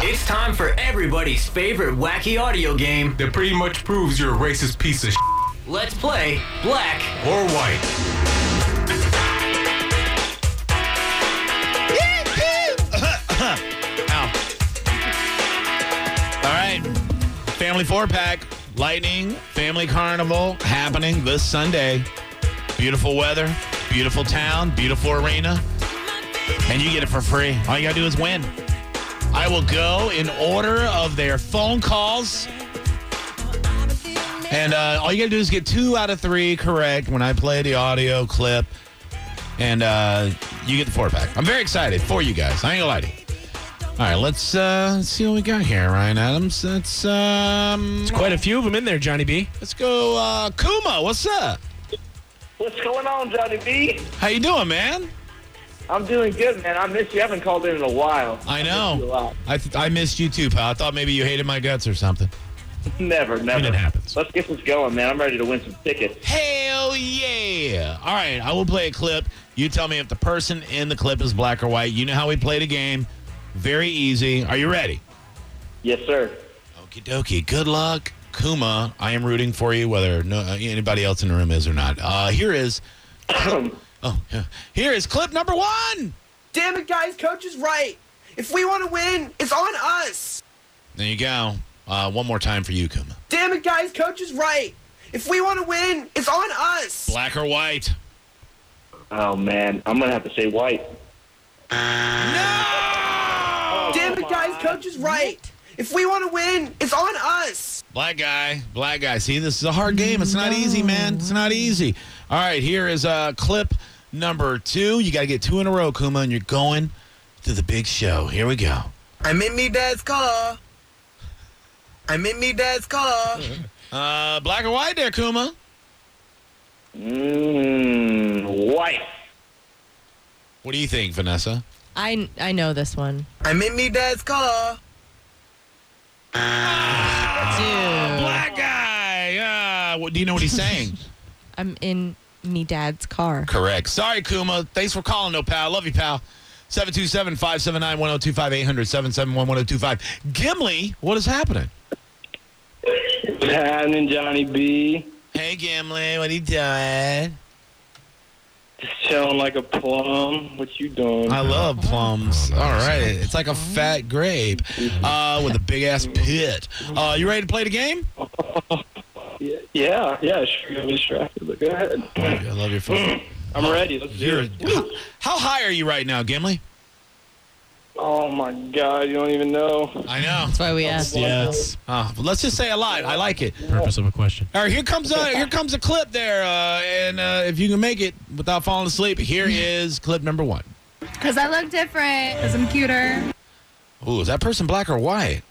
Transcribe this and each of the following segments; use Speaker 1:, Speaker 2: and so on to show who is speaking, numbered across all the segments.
Speaker 1: It's time for everybody's favorite wacky audio game.
Speaker 2: That pretty much proves you're a racist piece of shit
Speaker 1: Let's play Black.
Speaker 2: or white.
Speaker 3: All right. Family four pack, Lightning Family Carnival happening this Sunday. Beautiful weather, beautiful town, beautiful arena. And you get it for free. All you got to do is win. I will go in order of their phone calls. And uh, all you got to do is get two out of three correct when I play the audio clip. And uh, you get the four pack. I'm very excited for you guys. I ain't going to lie to you. All right, let's uh, let's see what we got here, Ryan Adams. Let's um,
Speaker 4: Quite a few of them in there, Johnny B.
Speaker 3: let's go, uh, Kuma. What's up?
Speaker 5: What's going on, Johnny B?
Speaker 3: How you doing, man?
Speaker 5: I'm doing good, man. I miss you. I haven't called in in a while.
Speaker 3: I
Speaker 5: miss you a
Speaker 3: know.
Speaker 5: lot.
Speaker 3: I th- I missed you too, pal. I thought maybe you hated my guts or something.
Speaker 5: Never, never.
Speaker 3: it happens.
Speaker 5: Let's get this going, man. I'm ready to win some tickets.
Speaker 3: Hell yeah! All right, I will play a clip. You tell me if the person in the clip is black or white. You know how we play the game. Very easy. Are you ready?
Speaker 5: Yes, sir.
Speaker 3: Okie dokie. Good luck, Kuma. I am rooting for you, whether no, uh, anybody else in the room is or not. Uh, here is. Oh, yeah. here is clip number one.
Speaker 6: Damn it, guys, coach is right. If we want to win, it's on us.
Speaker 3: There you go. Uh, one more time for you, Kuma.
Speaker 6: Damn it, guys, coach is right. If we want to win, it's on us.
Speaker 3: Black or white?
Speaker 5: Oh, man. I'm going to have to say white.
Speaker 6: Damn it, guys, coach is right. If we want to win, it's on us.
Speaker 3: Black guy, black guy. See, this is a hard game. It's not easy, man. It's not easy. All right, here is uh, clip number two. You got to get two in a row, Kuma, and you're going to the big show. Here we go.
Speaker 7: I'm in me dad's car. I'm in me dad's car.
Speaker 3: Uh, black or white there, Kuma?
Speaker 5: Mmm, white.
Speaker 3: What do you think, Vanessa?
Speaker 8: I I know this one.
Speaker 7: I'm in me dad's car.
Speaker 8: Dude,
Speaker 3: Black guy. Yeah. What, do you know what he's saying?
Speaker 8: I'm in me dad's car.
Speaker 3: Correct. Sorry, Kuma. Thanks for calling, though, pal. Love you, pal. 727 579 1025 800 771 1025. Gimli, what is happening?
Speaker 5: What's happening, Johnny B?
Speaker 3: Hey, Gimli, what are you doing?
Speaker 5: Just chilling like a plum. What you doing?
Speaker 3: I love plums. All right. It's like a fat grape uh, with a big ass pit. Uh, you ready to play the game?
Speaker 5: yeah, yeah, sure. I'm distracted, but go ahead.
Speaker 3: I love your phone.
Speaker 5: I'm ready. Let's do
Speaker 3: You're,
Speaker 5: it.
Speaker 3: how, how high are you right now, Gimli?
Speaker 5: Oh, my God. You don't even know.
Speaker 3: I know.
Speaker 8: That's why we asked.
Speaker 4: Yes.
Speaker 3: Uh, let's just say a lot. I like it.
Speaker 4: Purpose of a question.
Speaker 3: All right, here comes uh, here comes a clip there, uh, and uh, if you can make it without falling asleep, here is clip number one.
Speaker 9: Because I look different. Because I'm cuter.
Speaker 3: Ooh, is that person black or white?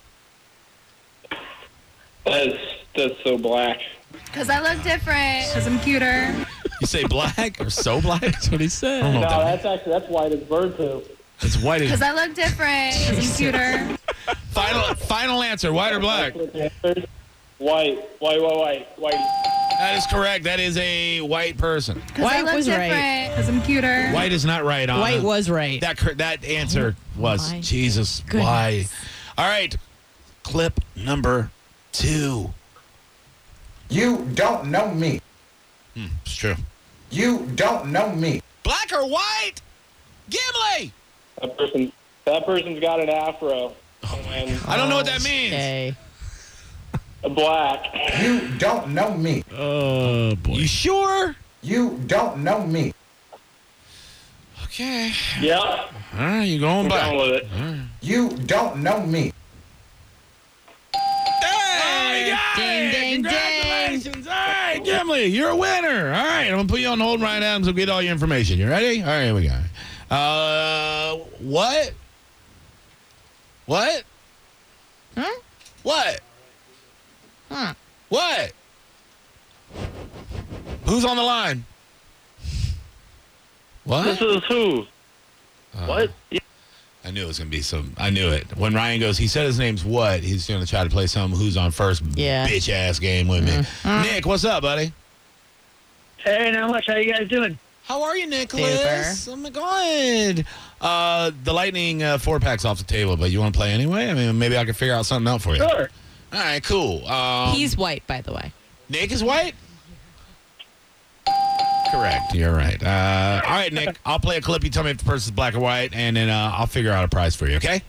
Speaker 5: That's, that's so black.
Speaker 9: Because I look different. Because I'm cuter.
Speaker 3: You say black or so black?
Speaker 4: That's what he
Speaker 3: I
Speaker 4: said.
Speaker 3: don't know what that means.
Speaker 5: actually, that's white as bird poop.
Speaker 4: It's white.
Speaker 9: Because I look different. Because I'm cuter.
Speaker 3: Final final answer: white or black?
Speaker 5: White, white, white, white, white.
Speaker 3: That is correct. That is a white person.
Speaker 9: Because I
Speaker 8: White
Speaker 9: look
Speaker 8: was right.
Speaker 9: different. Because I'm cuter.
Speaker 3: White is not right. Anna.
Speaker 8: White was right.
Speaker 3: that. cor- That answer was
Speaker 8: Oh my
Speaker 3: Jesus.
Speaker 8: goodness.
Speaker 3: Why? All right, clip number two.
Speaker 10: You don't know me.
Speaker 3: Hmm, It's true.
Speaker 10: You don't know me.
Speaker 3: Black or white? Gimli.
Speaker 5: That person, that person's got an afro and
Speaker 3: I don't know what
Speaker 8: Oh,
Speaker 3: that means.
Speaker 8: Okay.
Speaker 5: a black.
Speaker 10: You don't know me.
Speaker 4: Oh boy.
Speaker 3: You sure?
Speaker 10: You don't know me.
Speaker 3: Okay.
Speaker 5: Yep,
Speaker 3: All right, you going
Speaker 5: I'm down
Speaker 3: back?
Speaker 5: with it.
Speaker 10: You don't know me.
Speaker 3: Hey,
Speaker 8: Ding, ding,
Speaker 3: Congratulations! All right, Gimli, you're a winner. All right, I'm gonna put you on hold, Ryan Adams. will get all your information. You ready? All right, here we go. Uh, what? What?
Speaker 8: Huh?
Speaker 3: What?
Speaker 8: Huh.
Speaker 3: What? Who's on the line?
Speaker 5: This
Speaker 3: What?
Speaker 5: is who? what? Yeah,
Speaker 3: I knew it was gonna be some. I knew it. When Ryan goes, he said his name's what. He's gonna try to play some who's on first
Speaker 8: Yeah. Mm-hmm. Mm.
Speaker 3: bitch ass game with me. Nick, what's up, buddy?
Speaker 7: Hey, not much. How you guys doing?
Speaker 3: How are you, Nicholas? Oh my god. Uh, the lightning uh, four packs off the table, but you want to play anyway? I mean, maybe I can figure out something out for you.
Speaker 5: Sure.
Speaker 3: All right, cool. Um,
Speaker 8: He's white, by the way.
Speaker 3: Nick is white. Correct. You're right. Uh, all right, Nick. I'll play a clip. You tell me if the person's black or white, and then uh, I'll figure out a prize for you. Okay.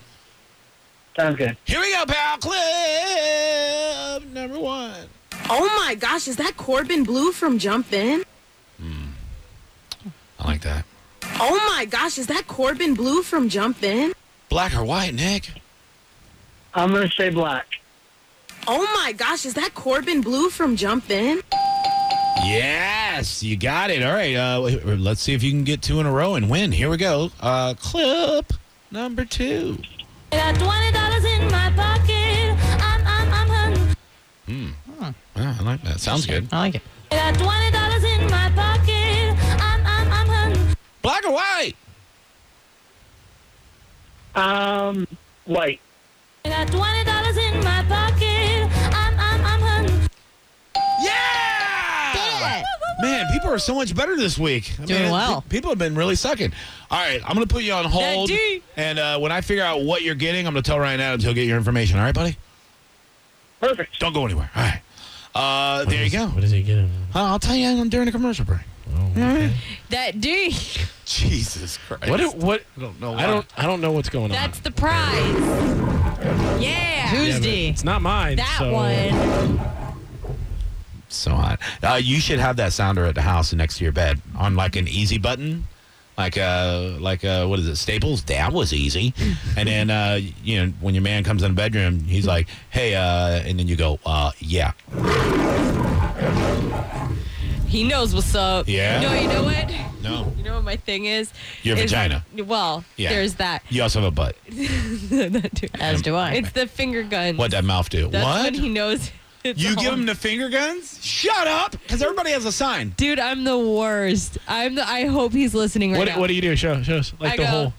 Speaker 5: Sounds good.
Speaker 3: Here we go, pal. Clip number one.
Speaker 11: Oh my gosh, is that Corbin Blue from Jump In?
Speaker 3: I like that.
Speaker 11: Oh my gosh, is that Corbin Blue from Jump In?
Speaker 3: Black or white, Nick?
Speaker 5: I'm gonna say black.
Speaker 11: Oh my gosh, is that Corbin Blue from Jump In?
Speaker 3: Yes, you got it. All right. Uh, wait, wait, let's see if you can get two in a row and win. Here we go. Uh, clip number two.
Speaker 12: I got twenty dollars in my pocket. I'm I'm I'm hungry.
Speaker 3: Yeah, Ah, I like that. Sounds good.
Speaker 8: I like it.
Speaker 12: I got twenty dollars in my pocket. I'm I'm I'm hungry.
Speaker 3: Black or white?
Speaker 5: Um, white.
Speaker 12: I got twenty dollars in my pocket. I'm I'm I'm hungry.
Speaker 3: Yeah! Man, people are so much better this week. I
Speaker 8: Doing
Speaker 3: mean,
Speaker 8: well.
Speaker 3: pe- people have been really sucking. All right, I'm going to put you on hold.
Speaker 8: Daddy.
Speaker 3: And uh, when I figure out what you're getting, I'm going to tell Ryan Adams he'll get your information. All right, buddy?
Speaker 5: Perfect.
Speaker 3: Don't go anywhere. All right. Uh, there you go.
Speaker 4: What is he getting?
Speaker 3: Uh, I'll tell you during the commercial break.
Speaker 4: Oh, okay.
Speaker 8: That D.
Speaker 3: Jesus Christ.
Speaker 4: What? What?
Speaker 3: I don't know.
Speaker 4: I don't. I don't know what's going
Speaker 8: That's
Speaker 4: on.
Speaker 8: the prize. Yeah. Who's
Speaker 4: Yeah, but
Speaker 8: D?
Speaker 4: It's not mine.
Speaker 8: That
Speaker 4: so-
Speaker 8: one.
Speaker 3: So hot. Uh, you should have that sounder at the house next to your bed on like an easy button. Like uh like uh what is it, Staples? That was easy. and then uh you know, when your man comes in the bedroom, he's like, Hey, uh and then you go, uh yeah.
Speaker 8: He knows what's up.
Speaker 3: Yeah.
Speaker 8: No, you know what?
Speaker 3: No.
Speaker 8: You know what my thing is?
Speaker 3: Your
Speaker 8: Is-
Speaker 3: vagina.
Speaker 8: Well,
Speaker 3: Yeah.
Speaker 8: there's that.
Speaker 3: You also have a butt.
Speaker 8: That too.
Speaker 3: As do I.
Speaker 8: It's the finger gun.
Speaker 3: What'd that mouth do?
Speaker 8: That's
Speaker 3: what?
Speaker 8: when he knows. it's
Speaker 3: you give
Speaker 8: on.
Speaker 3: him the finger guns? Shut up! Because everybody has a sign.
Speaker 8: Dude, I'm the worst. I'm the. I hope he's listening right
Speaker 4: What?
Speaker 8: now.
Speaker 4: What do you do? Show. Show us. Like
Speaker 8: I
Speaker 4: the
Speaker 8: go-
Speaker 4: whole.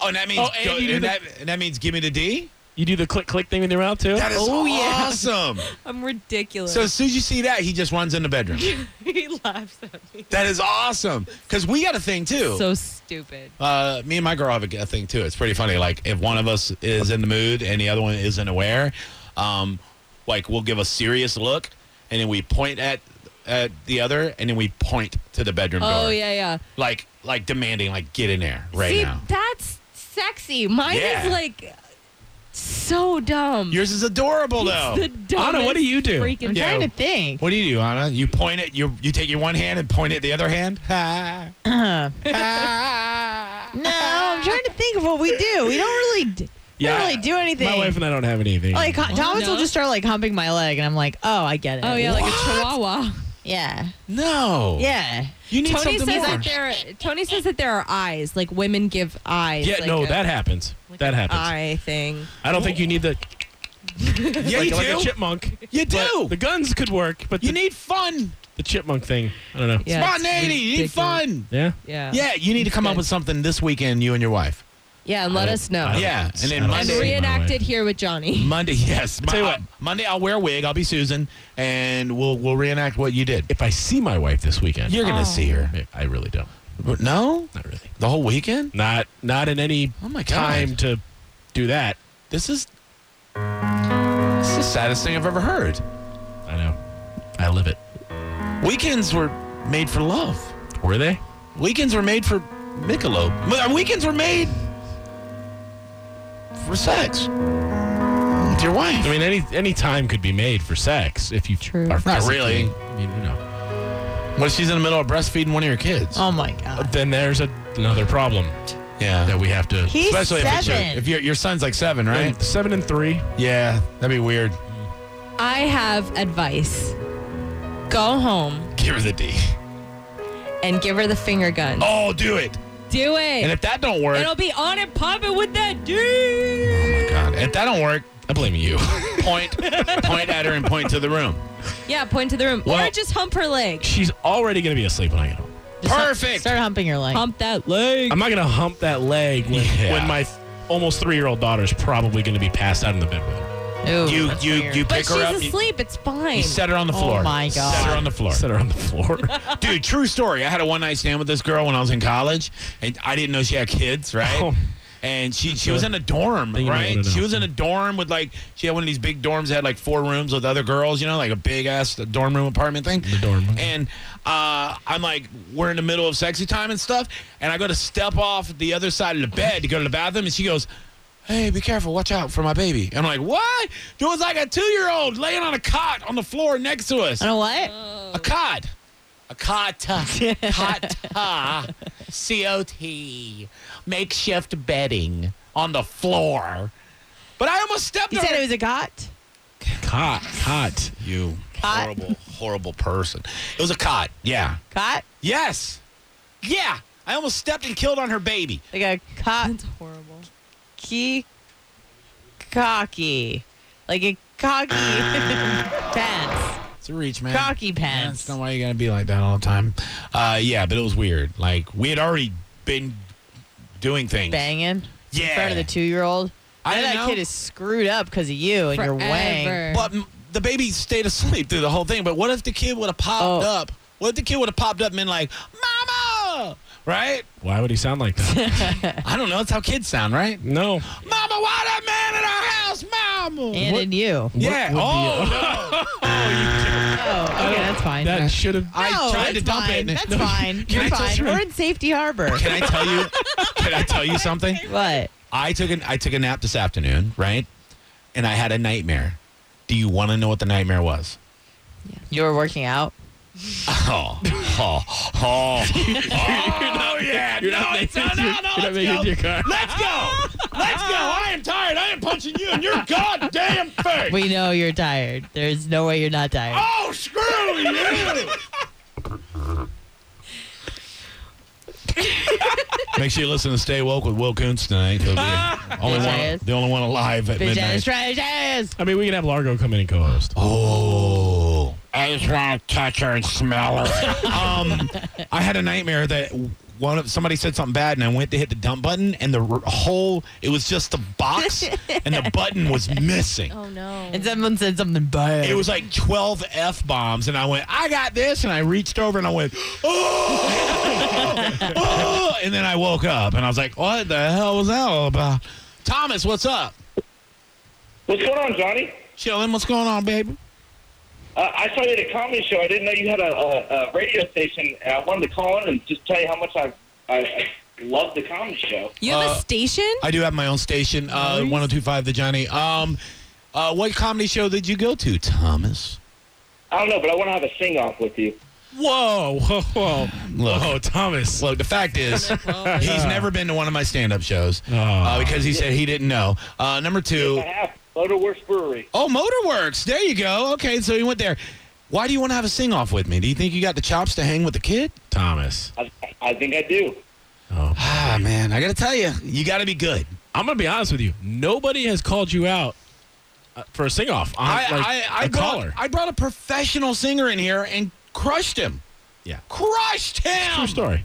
Speaker 3: Oh, and that means
Speaker 4: Oh, and you do
Speaker 3: and
Speaker 4: the-
Speaker 3: that, and that means give me the D?
Speaker 4: You do the click click thing with your mouth too.
Speaker 3: That is
Speaker 8: Oh, yeah.
Speaker 3: awesome.
Speaker 8: I'm ridiculous.
Speaker 3: So as soon as you see that, he just runs in the bedroom.
Speaker 8: he laughs at me.
Speaker 3: That is awesome. Because we got a thing too.
Speaker 8: So stupid.
Speaker 3: uh, me and my girl have a, a thing too. It's pretty funny. Like if one of us is in the mood and the other one isn't aware, um, like we'll give a serious look and then we point at at the other and then we point to the bedroom door.
Speaker 8: Oh yeah, yeah.
Speaker 3: Like like demanding like get in there right
Speaker 8: See,
Speaker 3: now.
Speaker 8: that's sexy. Mine
Speaker 3: Yeah.
Speaker 8: is like so dumb.
Speaker 3: Yours is adorable though.
Speaker 8: the dumbest
Speaker 4: Anna, what do you do?
Speaker 8: Freaking
Speaker 3: Yeah.
Speaker 8: trying to think.
Speaker 3: what do you do, Anna? You point at you you take your one hand and point at the other hand. Ha.
Speaker 8: No, I'm trying to think of what we do. We don't really, d- we
Speaker 4: Yeah.
Speaker 8: don't really do anything.
Speaker 4: My wife and I don't have anything.
Speaker 3: Oh,
Speaker 8: like Thomas
Speaker 11: no.
Speaker 8: will just start like humping my leg, and I'm like, oh, I get it.
Speaker 11: Oh, yeah, like a
Speaker 8: a chihuahua. Yeah,
Speaker 3: No.
Speaker 8: yeah.
Speaker 3: You need
Speaker 8: Tony
Speaker 3: something
Speaker 8: says
Speaker 3: more.
Speaker 8: that there. Tony says that there are eyes. Like women give eyes.
Speaker 4: yeah,
Speaker 8: like
Speaker 4: no,
Speaker 8: a-
Speaker 4: that happens.
Speaker 8: like
Speaker 4: that
Speaker 8: an
Speaker 4: happens.
Speaker 8: Eye thing.
Speaker 4: I don't think you need the
Speaker 3: yeah,
Speaker 4: like,
Speaker 3: you
Speaker 4: like
Speaker 3: do.
Speaker 4: a chipmunk.
Speaker 3: you
Speaker 4: But
Speaker 3: do.
Speaker 4: the guns could work, but
Speaker 3: you
Speaker 4: the,
Speaker 3: need fun.
Speaker 4: the chipmunk thing. I don't know.
Speaker 8: Yeah, it's
Speaker 3: Spontaneity. You need
Speaker 8: ridiculous.
Speaker 3: fun.
Speaker 4: Yeah.
Speaker 8: Yeah.
Speaker 3: Yeah, you need to come up
Speaker 8: good.
Speaker 3: with something this weekend, you and your wife.
Speaker 8: Yeah. and Let us know.
Speaker 4: I don't-
Speaker 3: Yeah, and then
Speaker 4: I don't
Speaker 8: And
Speaker 4: see my
Speaker 8: reenact
Speaker 4: way.
Speaker 8: it here with Johnny.
Speaker 3: Monday, yes.
Speaker 4: Tell you
Speaker 3: Mon-
Speaker 4: what.
Speaker 3: Monday, I'll wear a wig. I'll be Susan, and we'll we'll reenact what you did.
Speaker 4: If I see my wife this weekend,
Speaker 3: You're
Speaker 8: Oh.
Speaker 3: gonna see her.
Speaker 4: I really don't.
Speaker 3: No,
Speaker 4: Not really.
Speaker 3: the whole weekend.
Speaker 4: Not not in any
Speaker 3: Oh my God.
Speaker 4: time to do that.
Speaker 3: This is this is the saddest thing I've ever heard.
Speaker 4: I know. I live it.
Speaker 3: Weekends were made for love.
Speaker 4: Were they?
Speaker 3: Weekends were made for Michelob. M- uh, Weekends were made for sex with your wife.
Speaker 4: I mean, any any time could be made for sex if you
Speaker 8: True.
Speaker 4: are
Speaker 8: Not
Speaker 4: physically-
Speaker 3: really.
Speaker 4: I mean, you know.
Speaker 3: what if she's in the middle of breastfeeding one of your kids?
Speaker 8: Oh my god.
Speaker 4: Then there's a, another problem
Speaker 3: yeah.
Speaker 4: that we have to.
Speaker 8: He's
Speaker 3: Especially if, it's your,
Speaker 8: seven.
Speaker 3: if your, your son's like seven, right?
Speaker 4: And seven and three.
Speaker 3: Yeah, that'd be weird.
Speaker 8: I have advice. Go home
Speaker 3: Give her the D.
Speaker 8: and give her the finger gun.
Speaker 3: Oh, do it.
Speaker 8: Do
Speaker 3: And
Speaker 8: it.
Speaker 3: if that don't work,
Speaker 8: It'll be on and popping with that dude.
Speaker 3: God, if that don't work, I blame you. point, point at her and point to the room.
Speaker 8: Yeah, point to the room.
Speaker 3: Well-
Speaker 8: or just hump her leg.
Speaker 4: She's already gonna be asleep when I get home.
Speaker 8: Just hump-
Speaker 3: Perfect.
Speaker 8: start humping your leg. Hump that leg.
Speaker 4: I'm not gonna hump that leg when,
Speaker 3: Yeah.
Speaker 4: when my th- almost three year old daughter's probably gonna be passed out in the bed with her.
Speaker 3: you
Speaker 8: that's
Speaker 3: you
Speaker 8: weird.
Speaker 3: you
Speaker 8: But
Speaker 3: pick her
Speaker 8: she's
Speaker 3: up. you-
Speaker 8: asleep. It's fine.
Speaker 3: You set her on the floor.
Speaker 8: Oh my god.
Speaker 3: Set her on the floor.
Speaker 4: Set her on the floor.
Speaker 3: Dude, true story. I had a one night stand with this girl when I was in college, and I didn't know she had kids, right?
Speaker 4: Oh.
Speaker 3: And she, she was in a dorm,
Speaker 4: Thing you might
Speaker 3: right?
Speaker 4: wanna know.
Speaker 3: She was in a dorm with like she had one of these big dorms that had like four rooms with other girls, you know, like a big ass dorm room apartment thing. The
Speaker 4: dorm room.
Speaker 3: And uh, I'm like, we're in the middle of sexy time and stuff, and I go to step off the other side of the bed to go to the bathroom, and she goes, hey, be careful, watch out for my baby. And I'm like, what? There was like a two year old laying on a cot on the floor next to us.
Speaker 8: On a what?
Speaker 3: A cot. A cot. Cot. C O T. Makeshift bedding on the floor. But I almost stepped
Speaker 8: You
Speaker 3: on
Speaker 8: said it was a cot.
Speaker 3: cot. Cot. You
Speaker 8: Cot?
Speaker 3: horrible, horrible person. It was a cot. Yeah.
Speaker 8: Cot.
Speaker 3: Yes. Yeah. I almost stepped and killed on her baby.
Speaker 8: Like a cot.
Speaker 11: That's horrible.
Speaker 8: Key. Cocky. Like a cocky pants.
Speaker 3: It's a reach, man.
Speaker 8: Cocky pants.
Speaker 3: That's not why you gotta be like that all the time. Uh, yeah, but it was weird. Like we had already been doing things.
Speaker 8: Banging.
Speaker 3: Yeah.
Speaker 8: In front of the two-year-old.
Speaker 3: I
Speaker 8: Now
Speaker 3: didn't
Speaker 8: that
Speaker 3: know.
Speaker 8: kid is screwed up because of you and your wang.
Speaker 11: Forever.
Speaker 3: But m- the baby stayed asleep through the whole thing. But what if the kid would have popped
Speaker 8: Oh.
Speaker 3: up? What if the kid would have popped up and been like, "Mama," right?
Speaker 4: Why would he sound like that?
Speaker 3: I don't know. That's how kids sound, right?
Speaker 4: no.
Speaker 3: Mama, why that man in our house, Mama?
Speaker 8: And in you.
Speaker 3: yeah.
Speaker 4: would
Speaker 3: Oh.
Speaker 4: be
Speaker 3: no.
Speaker 8: Oh, okay, that's fine.
Speaker 4: That should have.
Speaker 3: I
Speaker 8: no,
Speaker 3: tried to
Speaker 8: that's
Speaker 3: dump
Speaker 8: fine.
Speaker 3: it.
Speaker 8: That's
Speaker 3: No,
Speaker 8: fine.
Speaker 3: can
Speaker 8: You're
Speaker 3: I
Speaker 8: fine.
Speaker 3: tell you-
Speaker 8: We're in Safety Harbor.
Speaker 3: Can I tell you? Can I tell you something?
Speaker 8: What?
Speaker 3: I took an I took a nap this afternoon, right? And I had a nightmare. Do you want to know what the nightmare was?
Speaker 8: You were working out?
Speaker 3: Oh, oh, oh, oh, yeah.
Speaker 4: You're not
Speaker 3: no, it's, no,
Speaker 4: making
Speaker 3: no,
Speaker 4: it
Speaker 3: no, let's
Speaker 4: your- you're not making
Speaker 3: go.
Speaker 4: it your car.
Speaker 3: Let's go. Let's go. I am tired. I am punching you in your goddamn face.
Speaker 8: We know you're tired. There's no way you're not tired.
Speaker 3: Oh, screw you. Make sure you listen to Stay Woke with Will Koontz tonight. He'll be only one,
Speaker 8: Bitch-ass.
Speaker 3: the only one alive at
Speaker 8: Bitch ass,
Speaker 3: midnight.
Speaker 8: trash ass.
Speaker 4: I mean, we can have Largo come in and co-host.
Speaker 3: Oh. I just want to touch her and smell her. um, I had a nightmare that one of somebody said something bad, and I went to hit the dump button, and the r- whole it was just the box, and the button was missing.
Speaker 11: Oh no.
Speaker 8: And someone said something bad.
Speaker 3: It was like twelve f bombs, and I went, "I got this," and I reached over and I went, "Oh!" oh! And then I woke up, and I was like, "What the hell was that all about?" Thomas, what's up?
Speaker 5: What's going on, Johnny?
Speaker 3: Chillin', what's going on, baby?
Speaker 5: Uh, I saw you at a comedy show. I didn't know you had a, a, a radio station. and I wanted to call in and just tell you how much I, I, I love the comedy show.
Speaker 11: You have
Speaker 3: Uh,
Speaker 11: a station?
Speaker 3: I do have my own station, uh, 1025 The Johnny. Um, uh, what comedy show did you go to, Thomas?
Speaker 5: I don't know, but I want to have a sing off with you.
Speaker 4: Whoa, whoa, whoa.
Speaker 3: Look.
Speaker 4: Whoa, Thomas.
Speaker 3: Look, the fact is, he's never been to one of my stand up shows
Speaker 4: Oh.
Speaker 3: uh, because he said he didn't know. Uh, number two,
Speaker 5: I have Motorworks Brewery.
Speaker 3: oh, Motorworks. There you go. Okay, so he went there. Why do you want to have a sing off with me? Do you think you got the chops to hang with the kid?
Speaker 4: Thomas. Oh.
Speaker 5: I, I think I do.
Speaker 3: Ah, man, I got to tell you, you got to be good.
Speaker 4: I'm going to be honest with you. Nobody has called you out uh, for a sing-off. On,
Speaker 3: I,
Speaker 4: like,
Speaker 3: I, I,
Speaker 4: a
Speaker 3: brought,
Speaker 4: caller.
Speaker 3: I brought a professional singer in here and crushed him.
Speaker 4: Yeah.
Speaker 3: Crushed him.
Speaker 4: True story.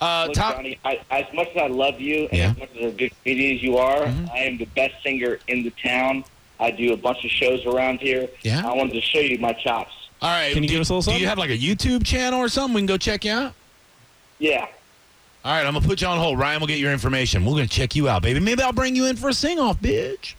Speaker 3: Uh,
Speaker 5: Look,
Speaker 3: Tom-
Speaker 5: Johnny, I, as much as I love you and
Speaker 3: Yeah. Mm-hmm.
Speaker 5: as much as a good comedian as you are, I am the best singer in the town. I do a bunch of shows around here.
Speaker 3: Yeah.
Speaker 5: I wanted to show you my chops.
Speaker 3: All right.
Speaker 4: Can you
Speaker 3: do,
Speaker 4: give us a little
Speaker 3: Do
Speaker 4: something?
Speaker 3: you have like a YouTube channel or something? We can go check you out.
Speaker 5: Yeah.
Speaker 3: All right, I'm gonna put you on hold. Ryan will get your information. We're gonna check you out, baby. Maybe I'll bring you in for a sing off, bitch.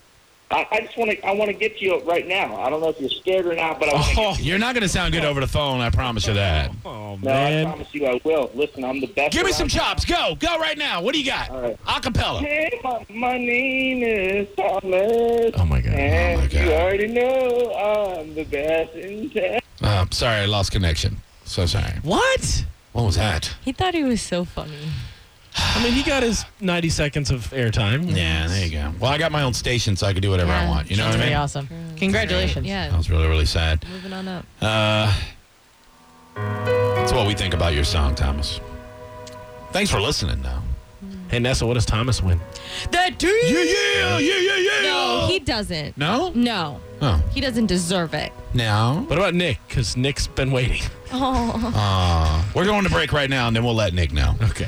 Speaker 5: I, I just want to. I want to get to you right now. I don't know if you're scared or not, but I. wanna
Speaker 3: Oh, you're not gonna sound good over the phone. I promise you that.
Speaker 4: Oh,
Speaker 5: No, I promise you I will. Listen, I'm the best.
Speaker 3: Give me
Speaker 5: around.
Speaker 3: some chops. Go, go right now. What do you got?
Speaker 5: All right.
Speaker 3: Acapella.
Speaker 5: Hey, my, my name is Thomas.
Speaker 4: Oh, my God.
Speaker 5: And
Speaker 3: Oh, my God.
Speaker 5: you already know I'm the best in town.
Speaker 3: Uh, sorry, I lost connection. So sorry.
Speaker 4: What?
Speaker 3: What was that?
Speaker 11: He thought he was so funny.
Speaker 4: I mean, he got his 90 seconds of airtime.
Speaker 3: Yeah, there you go. Well, I got my own station, so I can do whatever I
Speaker 11: Yeah.
Speaker 3: want. You know
Speaker 8: That's
Speaker 3: what I
Speaker 8: pretty
Speaker 3: mean? Oh.
Speaker 8: awesome. Congratulations.
Speaker 3: That
Speaker 11: Yeah.
Speaker 3: was really, really sad.
Speaker 11: Moving on up.
Speaker 3: Uh, that's what we think about your song, Thomas. Thanks for listening, though.
Speaker 4: Hey, Nessa, what does Thomas win?
Speaker 8: The two.
Speaker 3: Yeah, yeah, yeah, yeah, yeah.
Speaker 11: No, he doesn't.
Speaker 3: No?
Speaker 11: No.
Speaker 3: Oh.
Speaker 11: He doesn't deserve it.
Speaker 3: Now?
Speaker 4: What about Nick? Because Nick's been waiting.
Speaker 11: Oh.
Speaker 3: Uh, we're going to break right now, and then we'll let Nick know.
Speaker 4: Okay.